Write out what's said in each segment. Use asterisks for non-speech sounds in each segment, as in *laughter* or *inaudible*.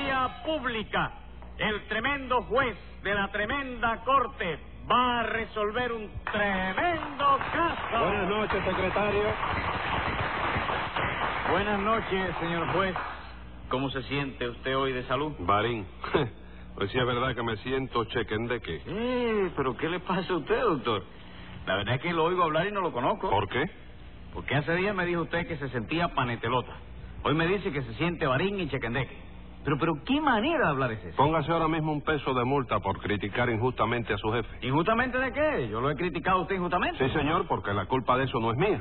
vía pública. El tremendo juez de la tremenda corte va a resolver un tremendo caso. Buenas noches, secretario. Buenas noches, señor juez. ¿Cómo se siente usted hoy de salud? Barín. *laughs* Pues sí es verdad que me siento chequendeque. Eh, pero ¿qué le pasa a usted, doctor? La verdad es que lo oigo hablar y no lo conozco. ¿Por qué? Porque hace días me dijo usted que se sentía panetelota. Hoy me dice que se siente barín y chequendeque. Pero, pero, ¿qué manera de hablar es esa? Póngase ahora mismo un peso de multa por criticar injustamente a su jefe. ¿Injustamente de qué? Yo lo he criticado a usted injustamente. Sí, señor, porque la culpa de eso no es mía.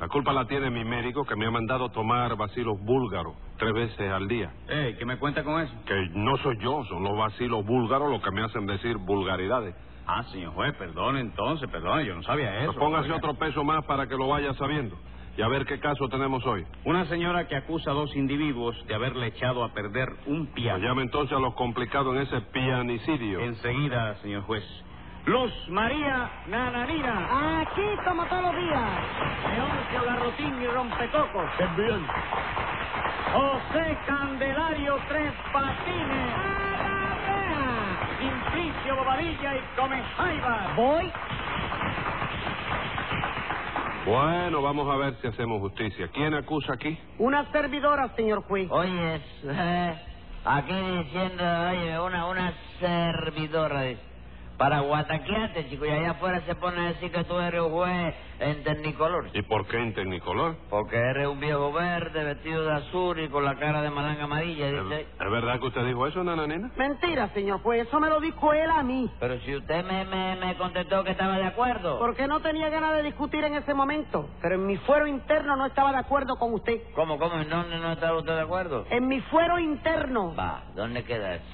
La culpa la tiene mi médico que me ha mandado tomar vacilos búlgaros tres veces al día. Eh, ¿qué me cuenta con eso? Que no soy yo, son los vacilos búlgaros los que me hacen decir vulgaridades. Ah, señor juez, perdón entonces, perdón, yo no sabía eso. Pues póngase Oiga. otro peso más para que lo vaya sabiendo. Y a ver qué caso tenemos hoy. Una señora que acusa a dos individuos de haberle echado a perder un Pues piano. llame entonces a los complicados en ese pianicidio. Enseguida, señor juez. Luz María Nananina, Aquí como todos los días. Leoncio Garrotín y Rompecocos, También. José Candelario Tres Patines, Simplicio Bobadilla y Comejaiba. Voy. Bueno, vamos a ver si hacemos justicia. ¿Quién acusa aquí? Una servidora, señor juez. Oye, es, eh, aquí diciendo, oye, una, una servidora, dice, para guataquearte, chico, y allá afuera se pone a decir que tú eres un juez en Tecnicolor. ¿Y por qué en Tecnicolor? Porque eres un viejo verde, vestido de azul y con la cara de malanga amarilla, ¿Es, dice. es verdad que usted dijo eso, nananina? Mentira, señor juez. Eso me lo dijo él a mí. Pero si usted me, me, me contestó que estaba de acuerdo. Porque no tenía ganas de discutir en ese momento. Pero en mi fuero interno no estaba de acuerdo con usted. ¿Cómo, cómo? ¿En dónde no estaba usted de acuerdo? En mi fuero interno. Va, ¿dónde queda eso?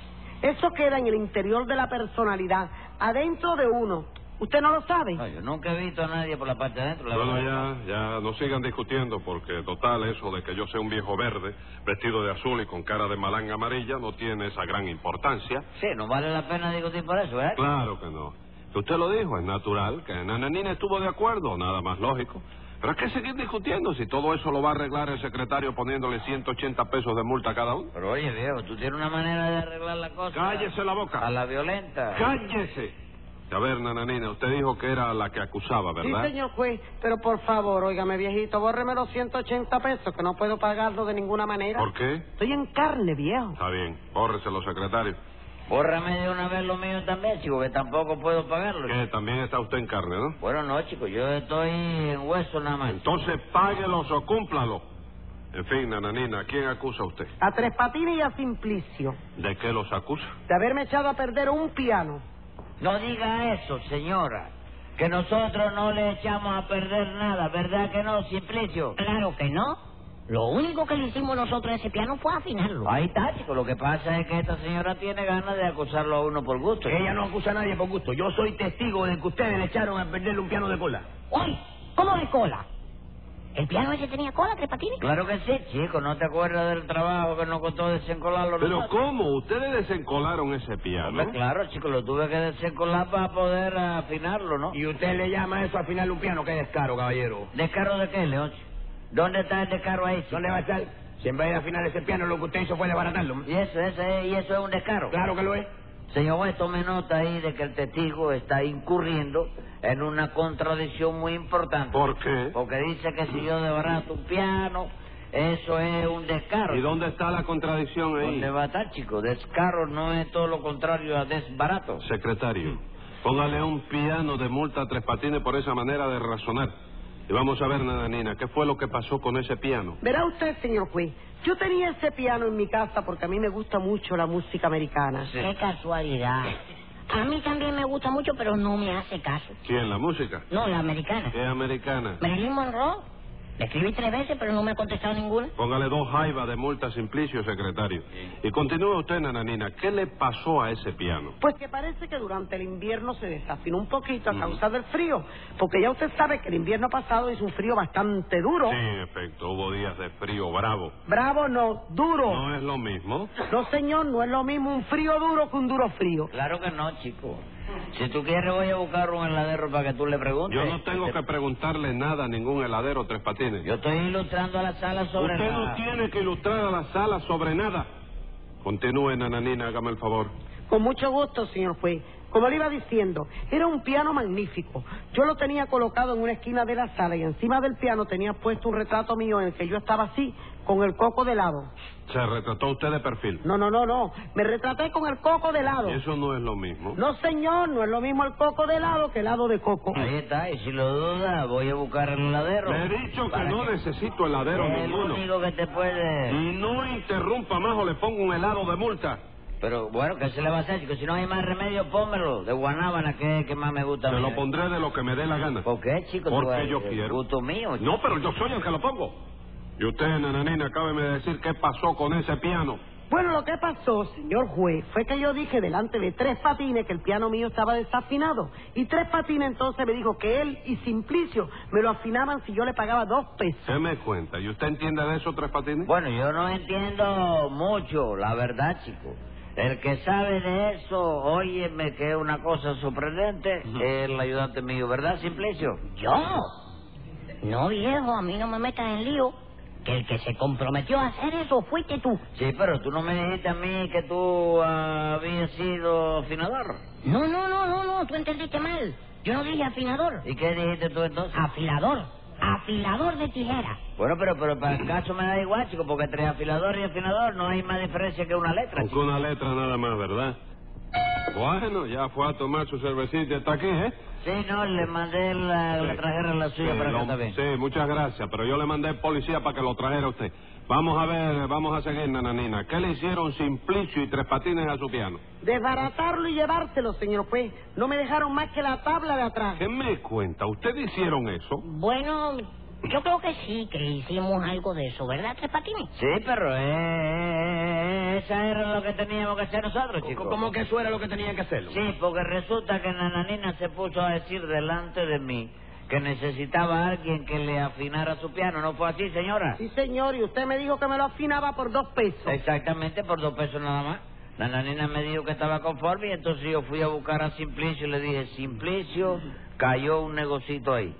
Eso queda en el interior de la personalidad. Adentro de uno. ¿Usted no lo sabe? No, yo nunca he visto a nadie por la parte de adentro. la Bueno, verdad. ya, ya no sigan discutiendo porque total eso de que yo sea un viejo verde vestido de azul y con cara de malanga amarilla no tiene esa gran importancia. Sí, no vale la pena discutir por eso, ¿verdad? Claro que no. Que Usted lo dijo, es natural que Nananina estuvo de acuerdo, nada más lógico. Pero es que seguir discutiendo si todo eso lo va a arreglar el secretario poniéndole 180 pesos de multa a cada uno. Pero oye, viejo, tú tienes una manera de arreglar la cosa. Cállese la boca. A la violenta. ¡Cállese! A ver, Nananina, usted dijo que era la que acusaba, ¿verdad? Sí, señor juez. Pero por favor, óigame, viejito, bórreme los 180 pesos, que no puedo pagarlo de ninguna manera. ¿Por qué? Estoy en carne, viejo. Está bien, bórreselo, secretario. Bórrame de una vez lo mío también, chico, que tampoco puedo pagarlo. Que también está usted en carne, ¿no? Bueno, no, chico, yo estoy en hueso nada más. Entonces páguelos o cúmplalo. En fin, Nananina, ¿quién acusa a usted? A Tres Patines y a Simplicio. ¿De qué los acusa? De haberme echado a perder un piano. No diga eso, señora. Que nosotros no le echamos a perder nada, ¿verdad que no, Simplicio? Claro que no. Lo único que le hicimos nosotros a ese piano fue afinarlo. Ahí está, chico. Lo que pasa es que esta señora tiene ganas de acusarlo a uno por gusto. Ella no acusa a nadie por gusto. Yo soy testigo de que ustedes le echaron a perderle un piano de cola. Oye, ¿cómo de cola? ¿El piano ese tenía cola, Tres Patines? Claro que sí, chico. ¿No te acuerdas del trabajo que nos costó desencolarlo? Pero nosotros? ¿cómo? Ustedes desencolaron ese Hombre, piano. Ah, claro, chico, lo tuve que desencolar para poder afinarlo, ¿no? Y usted le llama eso afinarle un piano, que descaro, caballero. ¿Descaro de qué, León? ¿Dónde está el descaro ahí? chico? ¿Dónde va a estar? Si en vez de afinar ese piano, lo que usted hizo fue desbaratarlo. ¿no? Y eso, eso es, y eso es un descaro. Claro que lo es. Señor juez, tome nota ahí de que el testigo está incurriendo en una contradicción muy importante. ¿Por qué? Porque dice que si yo desbarato un piano, eso es un descaro. ¿Y dónde está la contradicción ahí? ¿Dónde va a estar, chico? Descaro no es todo lo contrario a desbarato. Secretario, póngale un piano de multa a Tres Patines por esa manera de razonar. Y vamos a ver, Nananina, ¿qué fue lo que pasó con ese piano? Verá usted, señor juez, yo tenía ese piano en mi casa porque a mí me gusta mucho la música americana. Sí. Qué casualidad. A mí también me gusta mucho, pero no me hace caso. ¿Quién? ¿La música? No, la americana. ¿Qué americana? Marilyn Monroe. Le escribí tres veces, pero no me ha contestado ninguna. Póngale dos jaivas de multa a Simplicio, secretario. Y continúe usted, Nananina, ¿qué le pasó a ese piano? Pues que parece que durante el invierno se desafinó un poquito Mm. a causa del frío, porque ya usted sabe que el invierno pasado hizo un frío bastante duro. Sí, en efecto, hubo días de frío bravo. Bravo, no, duro. ¿No es lo mismo? No, señor, no es lo mismo un frío duro que un duro frío. Claro que no, chico. Si tú quieres, voy a buscar un heladero para que tú le preguntes. Este, Yo no tengo que preguntarle nada a ningún heladero Tres Patines. Yo estoy ilustrando a la sala sobre Usted no la- tiene que ilustrar a la sala sobre nada. Continúe, nananina, hágame el favor. Con mucho gusto, señor juez. Como le iba diciendo, era un piano magnífico. Yo lo tenía colocado en una esquina de la sala y encima del piano tenía puesto un retrato mío en el que yo estaba así, con el coco de lado. Se retrató usted de perfil. No, no, no, no. Me retraté con el coco de lado. Y Eso no es lo mismo. No, señor, no es lo mismo el coco de lado que el lado de coco. Ahí está, y si lo duda, voy a buscar el heladero. Le he dicho que Para no necesito heladero Es el ninguno. único que te puede... Y no interrumpa más o le pongo un helado de multa. Pero bueno, ¿qué se le va a hacer? Chico? Si no hay más remedio, pónmelo. De guanábana, que es el que más me gusta. a Se mí. lo pondré de lo que me dé la gana. ¿Por qué, chico? Tú Porque eres yo el quiero. Gusto mío. chico. No, pero yo soy el que lo pongo. Y usted, nananina, acábeme de decir qué pasó con ese piano. Bueno, lo que pasó, señor juez, fue que yo dije delante de tres patines que el piano mío estaba desafinado. Y tres patines entonces me dijo que él y Simplicio me lo afinaban si yo le pagaba dos pesos. Se me cuenta. ¿Y usted entiende de eso, Tres Patines? Bueno, yo no entiendo mucho, la verdad, chico. El que sabe de eso, óyeme, que es una cosa sorprendente, es el ayudante mío, ¿verdad, Simplicio? ¿Yo? No, viejo, a mí no me metas en lío. Que el que se comprometió a hacer eso fuiste tú. Sí, pero tú no me dijiste a mí que tú ah, habías sido afinador. No, no, no, no, no, tú entendiste mal. Yo no dije afinador. ¿Y qué dijiste tú entonces? Ah. Afilador. Afilador de tijera. Bueno, pero, pero para el caso me da igual, chico, porque entre afilador y afinador no hay más diferencia que una letra, Con chico. una letra nada más, ¿verdad? Bueno, ya fue a tomar su cervecita. Está aquí, ¿eh? Sí, no, le mandé la, le Sí. trajeron la suya Sí, para acá lo- también. Sí, muchas gracias, pero yo le mandé policía para que lo trajera usted. Vamos a ver, vamos a seguir, nananina. ¿Qué le hicieron Simplicio y Tres Patines a su piano? Desbaratarlo y llevárselo, señor juez. No me dejaron más que la tabla de atrás. ¿Qué me cuenta? ¿Ustedes hicieron eso? Bueno, yo creo que sí, que hicimos algo de eso, ¿verdad, Tres Patines? Sí, pero eh, eh, esa era lo que teníamos que hacer nosotros, chicos. Como que eso era lo que tenían que hacerlo. Sí, porque resulta que Nananina se puso a decir delante de mí que necesitaba a alguien que le afinara su piano. ¿No fue así, señora? Sí, señor, y usted me dijo que me lo afinaba por dos pesos. Eh, Exactamente, por dos pesos nada más. Nananina me dijo que estaba conforme y entonces yo fui a buscar a Simplicio y le dije, Simplicio, cayó un negocito ahí.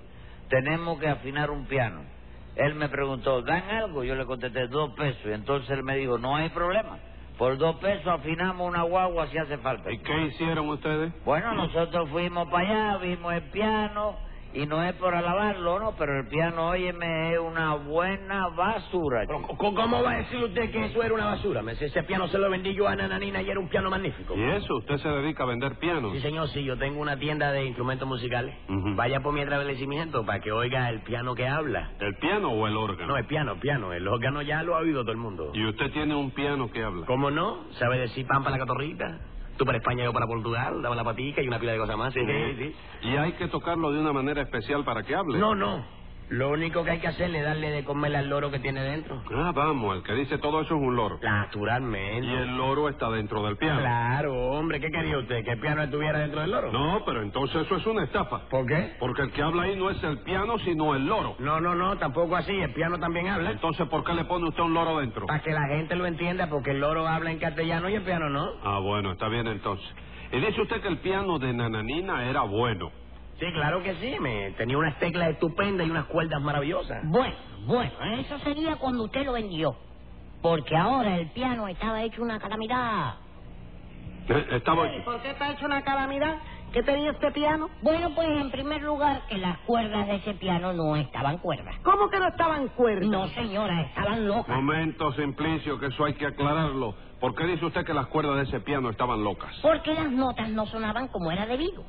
Tenemos que afinar un piano. Él me preguntó, ¿dan algo? Yo le contesté, dos pesos. Y entonces él me dijo, no hay problema. Por dos pesos afinamos una guagua si hace falta. ¿Y qué hicieron ustedes? Bueno, nosotros fuimos para allá, vimos el piano, y no es por alabarlo, ¿no? Pero el piano, óyeme, es una buena basura. Pero, chico. ¿c- ¿Cómo va a decir usted que eso era una basura? Me dice, Ese piano se lo vendí yo a Nananina y era un piano magnífico. ¿Y eso? ¿Usted se dedica a vender pianos? Sí, señor, sí, yo tengo una tienda de instrumentos musicales. Ujú. Vaya por mi establecimiento para que oiga el piano que habla. ¿El piano o el órgano? No, el piano, el piano. El órgano ya lo ha oído todo el mundo. ¿Y usted tiene un piano que habla? ¿Cómo no? ¿Sabe decir pan para la catorrita? Tú para España, yo para Portugal, daba la patica y una pila de cosas más. Sí, sí, sí. ¿Y hay que tocarlo de una manera especial para que hable? No, no. Lo único que hay que hacer es darle de comer al loro que tiene dentro. Ah, vamos, el que dice todo eso es un loro. Naturalmente. Y el loro está dentro del piano. Claro, hombre, ¿qué quería usted? ¿Que el piano estuviera dentro del loro? No, pero entonces eso es una estafa. ¿Por qué? Porque el que habla ahí no es el piano, sino el loro. No, no, no, tampoco así. El piano también habla. Entonces, ¿por qué le pone usted un loro dentro? Para que la gente lo entienda, porque el loro habla en castellano y el piano no. Ah, bueno, está bien entonces. Y dice usted que el piano de Nananina era bueno. Sí, claro que sí. Me tenía unas teclas estupendas y unas cuerdas maravillosas. Bueno, bueno, eso sería cuando usted lo vendió. Porque ahora el piano estaba hecho una calamidad. Eh, Estaba... ¿Y por qué está hecho una calamidad? ¿Qué tenía este piano? Bueno, pues en primer lugar, que las cuerdas de ese piano no estaban cuerdas. ¿Cómo que no estaban cuerdas? No, señora, estaban locas. Momento, Simplicio, que eso hay que aclararlo. ¿Por qué dice usted que las cuerdas de ese piano estaban locas? Porque las notas no sonaban como era debido.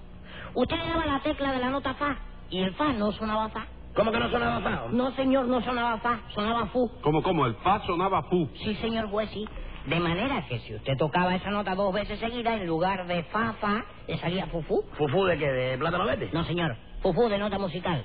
Usted le daba la tecla de la nota fa y el fa no sonaba fa. ¿Cómo que no sonaba fao? No, señor, no sonaba fa, sonaba fu. Como, como, el fa sonaba fu. Sí, señor juez, sí. De manera que si usted tocaba esa nota dos veces seguida, en lugar de fa, fa, le salía fu, fu. ¿Fufú de qué? ¿De plátano verde? No, señor, fu, fu de nota musical.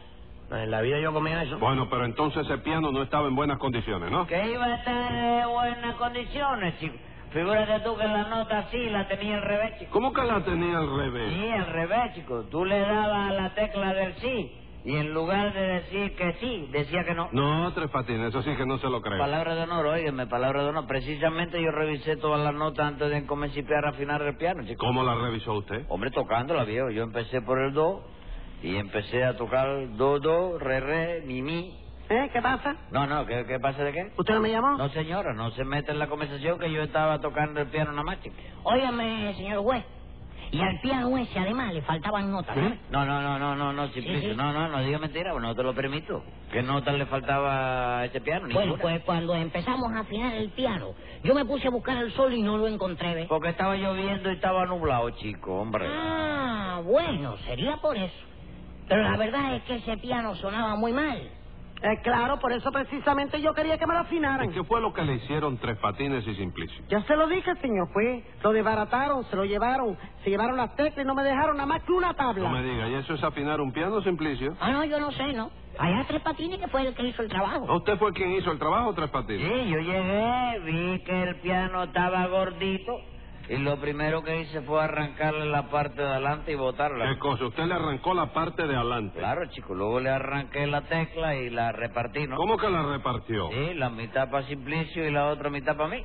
No, En la vida yo comía eso. Bueno, pero entonces ese piano no estaba en buenas condiciones, ¿no? Que iba a estar en buenas condiciones, chico. Figúrate tú que la nota así la tenía al revés, chico. ¿Cómo que la tenía al revés? Sí, al revés, chico. Tú le dabas a la tecla del sí, y en lugar de decir que sí, decía que no. eh. No, Tres Patines, eso sí que no se lo creo. Palabra de honor, óigame, palabra de honor. Precisamente yo revisé todas las notas antes de comenzar a afinar el piano, chico. ¿Cómo la revisó usted? Hombre, tocándola, viejo. Yo empecé por el do y empecé a tocar do, do, re, re, mi, mi. ¿Eh? ¿Qué pasa? No, no, ¿qué, qué pasa de qué? ¿Usted no me llamó? No, señora, no se mete en la conversación que yo estaba tocando el piano nada más, chico. Óigame, señor juez. Y al piano ese, además, le faltaban notas. ¿sabe? No, no, no, no, no, no, Simplicio, Sí, sí. no, no, no diga mentira, no te lo permito. ¿Qué nota le faltaba a ese piano? Bueno, Ninguna. pues cuando empezamos a afinar el piano, yo me puse a buscar el sol y no lo encontré, ¿ves? Porque estaba lloviendo y estaba nublado, chico, hombre. Ah, bueno, sería por eso. Pero la verdad es que ese piano sonaba muy mal. Eh, claro, por eso precisamente yo quería que me lo afinaran. ¿Y qué fue lo que le hicieron Tres Patines y Simplicio? Ya se lo dije, señor juez. Lo desbarataron, se lo llevaron, se llevaron las teclas y no me dejaron nada más que una tabla. No me diga, ¿y eso es afinar un piano, Simplicio? Ah, no, yo no sé, ¿no? Allá Tres Patines que fue el que hizo el trabajo. ¿Usted fue quien hizo el trabajo, Tres Sí, Patines? yo llegué, vi que el piano estaba gordito y lo primero que hice fue arrancarle la parte de adelante y botarla. ¿Qué cosa? Usted le arrancó la parte de adelante. Claro, chico, luego le arranqué la tecla y la repartí, ¿no? ¿Cómo que la repartió? Sí, la mitad para Simplicio y la otra mitad para mí.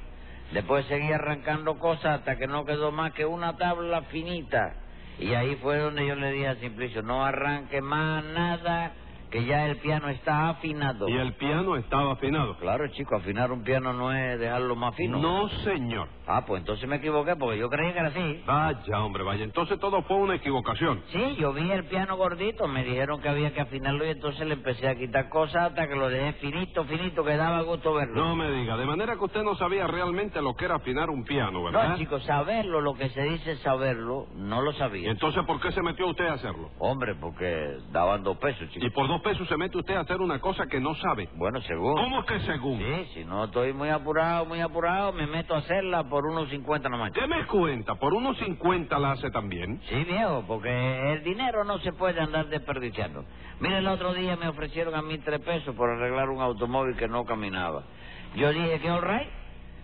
Después seguí arrancando cosas hasta que no quedó más que una tabla finita. Y ahí fue donde yo le dije a Simplicio, no arranque más nada, que ya el piano está afinado. Y el piano estaba afinado. Claro, chico, afinar un piano no es dejarlo más fino. No, señor. Ah, pues entonces me equivoqué porque yo creí que era así. Vaya, hombre, vaya. Entonces todo fue una equivocación. Sí, yo vi el piano gordito, me dijeron que había que afinarlo y entonces le empecé a quitar cosas hasta que lo dejé finito, finito, que daba gusto verlo. No me diga, de manera que usted no sabía realmente lo que era afinar un piano, ¿verdad? No, chicos, saberlo, lo que se dice saberlo, no lo ¿Y sabía. entonces por qué se metió usted a hacerlo? Hombre, porque daban dos pesos, Y chicos. por dos pesos se mete usted a hacer una cosa que no sabe. Bueno, según. ¿Cómo que según? Sí, si no estoy muy apurado, muy apurado, me meto a hacerla por unos 50 nomás. Deme cuenta, por unos 50 la hace también. Sí, viejo, porque el dinero no se puede andar desperdiciando. Mira, el otro día me ofrecieron a mí tres pesos por arreglar un automóvil que no caminaba. Yo dije que all right,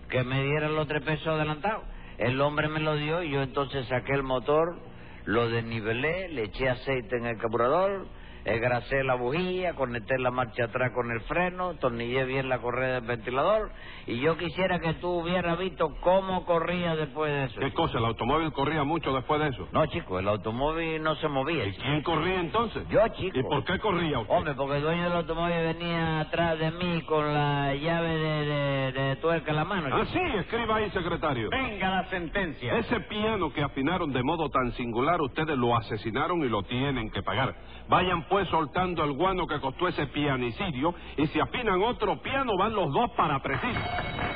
que me dieran los tres pesos adelantados. El hombre me lo dio y yo entonces saqué el motor, lo desnivelé, le eché aceite en el carburador, engrasé la bujía, conecté la marcha atrás con el freno, tornillé bien la correa del ventilador y yo quisiera que tú hubieras visto cómo corría después de eso. ¿Qué cosa? ¿El automóvil corría mucho después de eso? No, chico, el automóvil no se movía. ¿Y chico. quién corría entonces? Yo, chico. ¿Y por qué corría usted? Hombre, porque el dueño del automóvil venía atrás de mí con la llave de, de- de tuerca en la mano. Ah, chico. sí, escriba ahí, secretario. Venga la sentencia. Ese piano que afinaron de modo tan singular, ustedes lo asesinaron y lo tienen que pagar. Vayan pues soltando el guano que costó ese pianicidio y si afinan otro piano van los dos para presidio.